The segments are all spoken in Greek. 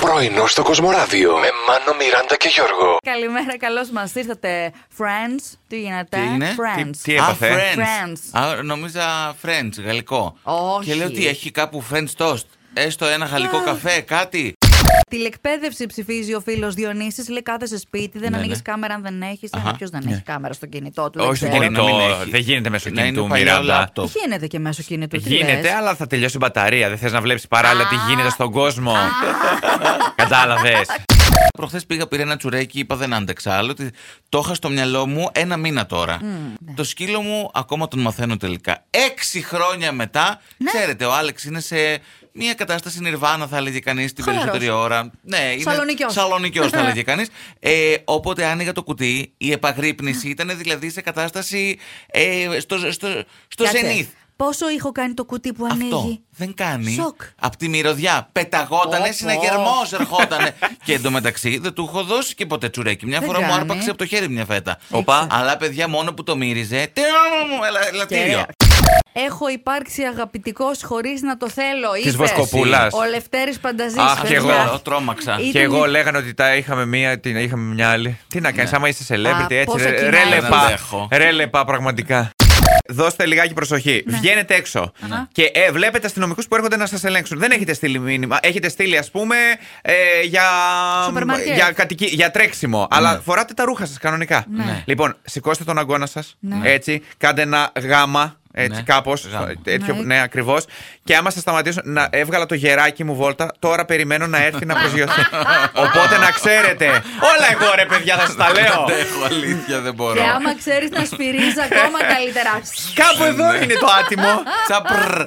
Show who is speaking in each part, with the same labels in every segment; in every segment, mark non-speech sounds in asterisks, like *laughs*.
Speaker 1: Πρωινό στο Κοσμοράδιο με Μάνο, Μιράντα και Γιώργο.
Speaker 2: Καλημέρα, καλώς μας ήρθατε. Friends, τι γίνεται.
Speaker 3: Τι είναι,
Speaker 2: Friends.
Speaker 3: τι, τι έπαθε.
Speaker 4: Α, friends.
Speaker 2: Friends.
Speaker 3: Α, νόμιζα French, γαλλικό.
Speaker 2: Όχι.
Speaker 3: Και λέω τι, έχει κάπου French toast. Έστω ένα γαλλικό καφέ, κάτι.
Speaker 2: Τηλεκπαίδευση ψηφίζει ο φίλος Διονύσης. Λέει κάθεσαι σπίτι, δεν
Speaker 3: Ναι,
Speaker 2: ανοίγεις
Speaker 3: ναι.
Speaker 2: κάμερα αν δεν έχεις.
Speaker 3: Αχα,
Speaker 2: Ποιος δεν
Speaker 3: ναι.
Speaker 2: έχει κάμερα στο κινητό του.
Speaker 4: Όχι
Speaker 2: δεν ξέρω.
Speaker 4: στο
Speaker 3: Μπορεί να
Speaker 4: κινητό,
Speaker 3: μην έχει.
Speaker 4: δεν γίνεται μέσω
Speaker 3: Να είναι
Speaker 4: κινητού,
Speaker 3: παλιό
Speaker 4: Μιράντα.
Speaker 3: λάπτοπ.
Speaker 2: Γίνεται και μέσω κινητού. τι
Speaker 4: Γίνεται,
Speaker 2: λες?
Speaker 4: αλλά θα τελειώσει η μπαταρία. Δεν θες να βλέπεις παράλληλα τι γίνεται στον κόσμο. Κατάλαβες.
Speaker 3: Προχθές πήγα, πήρα ένα τσουρέκι, είπα δεν άντεξα άλλο. ότι Το είχα στο μυαλό μου ένα μήνα τώρα.
Speaker 2: ναι.
Speaker 3: Το σκύλο μου ακόμα τον μαθαίνω τελικά. Έξι χρόνια μετά,
Speaker 2: Ναι.
Speaker 3: ξέρετε, ο Άλεξ είναι σε μια κατάσταση νιρβάνα, θα έλεγε κανείς, την
Speaker 2: Χαλαρός.
Speaker 3: περισσότερη ώρα. Ναι, είναι
Speaker 2: Σαλονικιός. Ναι.
Speaker 3: Σαλονικιός, θα έλεγε κανείς. Ε, οπότε άνοιγα το κουτί, η επαγρύπνηση ήταν δηλαδή σε κατάσταση ε, στο, στο, στο
Speaker 2: Κάτσε.
Speaker 3: ζενήθ.
Speaker 2: Πόσο ήχο κάνει το κουτί που
Speaker 3: Αυτό
Speaker 2: ανοίγει.
Speaker 3: δεν κάνει.
Speaker 2: Σοκ.
Speaker 3: Απ' τη μυρωδιά. Πεταγότανε,
Speaker 2: Πω,
Speaker 3: συναγερμός ερχότανε. και εντωμεταξύ δεν του έχω δώσει και ποτέ τσουρέκι. Μια
Speaker 2: Δεν
Speaker 3: φορά μου
Speaker 2: κάνει.
Speaker 3: άρπαξε από το χέρι μια φέτα.
Speaker 4: Οπα.
Speaker 3: Αλλά παιδιά μόνο που το μύριζε. Τι μου, ελα- ελαττήριο.
Speaker 2: Έχω υπάρξει αγαπητικός χωρίς να το θέλω.
Speaker 4: Της
Speaker 2: είπες.
Speaker 4: Βοσκοπούλας.
Speaker 2: Ο Λευτέρης Πανταζής.
Speaker 4: Αχ,
Speaker 3: Αχ,
Speaker 4: κι εγώ.
Speaker 3: παιδιά, Τρόμαξα.
Speaker 2: Ήταν
Speaker 4: Και εγώ
Speaker 2: η-
Speaker 4: λέγανε ότι τα είχαμε μία, την είχαμε μια άλλη. Τι να κάνεις, άμα είσαι
Speaker 2: Ναι. Α,
Speaker 4: celebrity, έτσι.
Speaker 2: πόσα
Speaker 4: ρε-
Speaker 2: κοινά
Speaker 4: Ρε
Speaker 2: είναι.
Speaker 3: Δεν
Speaker 4: λεπά.
Speaker 3: αντέχω.
Speaker 4: Ρε λεπά, πραγματικά. Δώστε λιγάκι προσοχή.
Speaker 2: Ναι.
Speaker 4: Βγαίνετε έξω. Και ε, βλέπετε αστυνομικούς που έρχονται να σας ελέγξουν. Δεν έχετε στείλει μήνυμα. Έχετε στείλει, ας πούμε, ε, για,
Speaker 2: Σούπερ μάρκετ.
Speaker 4: για, κατοικι... για τρέξιμο.
Speaker 3: Ναι.
Speaker 4: Αλλά φοράτε τα ρούχα σας κανονικά.
Speaker 2: Ναι.
Speaker 4: Λοιπόν, σηκώστε τον αγώνα σας.
Speaker 2: Ναι.
Speaker 4: Έτσι, κάντε ένα γάμα. Έτσι,
Speaker 3: Ναι.
Speaker 4: κάπως.
Speaker 3: Γάμα.
Speaker 4: Τέτοιο,
Speaker 2: Ναι.
Speaker 4: ναι, ακριβώς. Και άμα σε σταματήσω, να έβγαλα το γεράκι μου βόλτα. Τώρα περιμένω να έρθει να
Speaker 3: *laughs*
Speaker 4: προσγειωθεί. Οπότε να ξέρετε. Όλα εγώ ρε παιδιά, θα σας τα
Speaker 3: Δεν
Speaker 4: λέω.
Speaker 3: αντέχω, αλήθεια δεν μπορώ.
Speaker 2: Και άμα ξέρεις να σφυρίζεις ακόμα καλύτερα.
Speaker 4: Κάπου
Speaker 3: Ναι.
Speaker 4: εδώ είναι το άτιμο.
Speaker 3: Τσαπρ.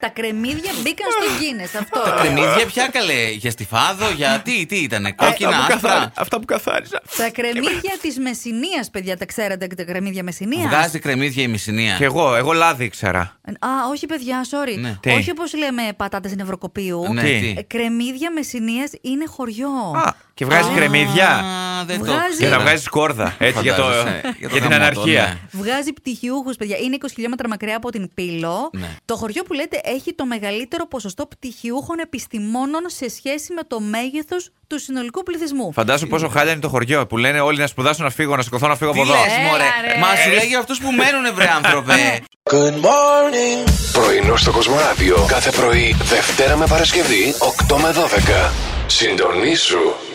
Speaker 2: Τα κρεμμύδια μπήκαν στο Guinness. Αυτό.
Speaker 3: Τα κρεμμύδια πια καλέ. Για στιφάδο, για τι, τι ήτανε.
Speaker 4: Ε,
Speaker 3: Κόκκινα,
Speaker 4: Αυτά που καθάρι-
Speaker 3: άσπρα.
Speaker 4: Αυτά που καθάρισα.
Speaker 2: Τα κρεμμύδια της Μεσσηνίας, παιδιά, τα ξέρετε και τα κρεμμύδια Μεσσηνίας.
Speaker 3: Βγάζει κρεμμύδια η μισηνία.
Speaker 4: Και εγώ, εγώ λάδι ήξερα.
Speaker 2: Α, όχι, παιδιά, sorry.
Speaker 3: Ναι.
Speaker 4: Τι?
Speaker 2: Όχι όπως λέμε πατάτες νευροκοπίου.
Speaker 3: Ναι,
Speaker 4: Τι.
Speaker 3: τι.
Speaker 2: Ε, Κρεμμύδια Μεσσηνίας είναι χωριό.
Speaker 4: Α, και βγάζει
Speaker 2: Α.
Speaker 4: κρεμμύδια.
Speaker 3: Α, δεν το
Speaker 2: Ε, Βγάζει-
Speaker 4: Και
Speaker 3: ήξερα.
Speaker 4: να βγάζεις κόρδα. Έτσι για, το,
Speaker 3: Φαντάζεσαι,
Speaker 4: για
Speaker 3: το
Speaker 4: την
Speaker 3: γαμώτο,
Speaker 4: αναρχία.
Speaker 3: ναι.
Speaker 2: Βγάζει πτυχιούχους, παιδιά. Είναι 20 χιλιόμετρα μακριά από την Πύλο.
Speaker 3: Ναι.
Speaker 2: Το χωριό που λέτε έχει το μεγαλύτερο ποσοστό πτυχιούχων επιστημόνων σε σχέση με το μέγεθος του συνολικού πληθυσμού.
Speaker 4: Φαντάζομαι πόσο χάλια είναι το χωριό που λένε όλοι να σπουδάσω να φύγω, να σηκωθώ να φύγω από
Speaker 3: Τι
Speaker 4: εδώ.
Speaker 3: λες, μωρέ.
Speaker 2: Έλα, Ε, ρε.
Speaker 3: Μα σου λέει για αυτούς που μένουν, βρε
Speaker 2: *laughs*
Speaker 3: άνθρωπε.
Speaker 1: Πρωινό στο Κοσμοράδιο κάθε πρωί, Δευτέρα με Παρασκευή, 8 με 12. Συντονίσου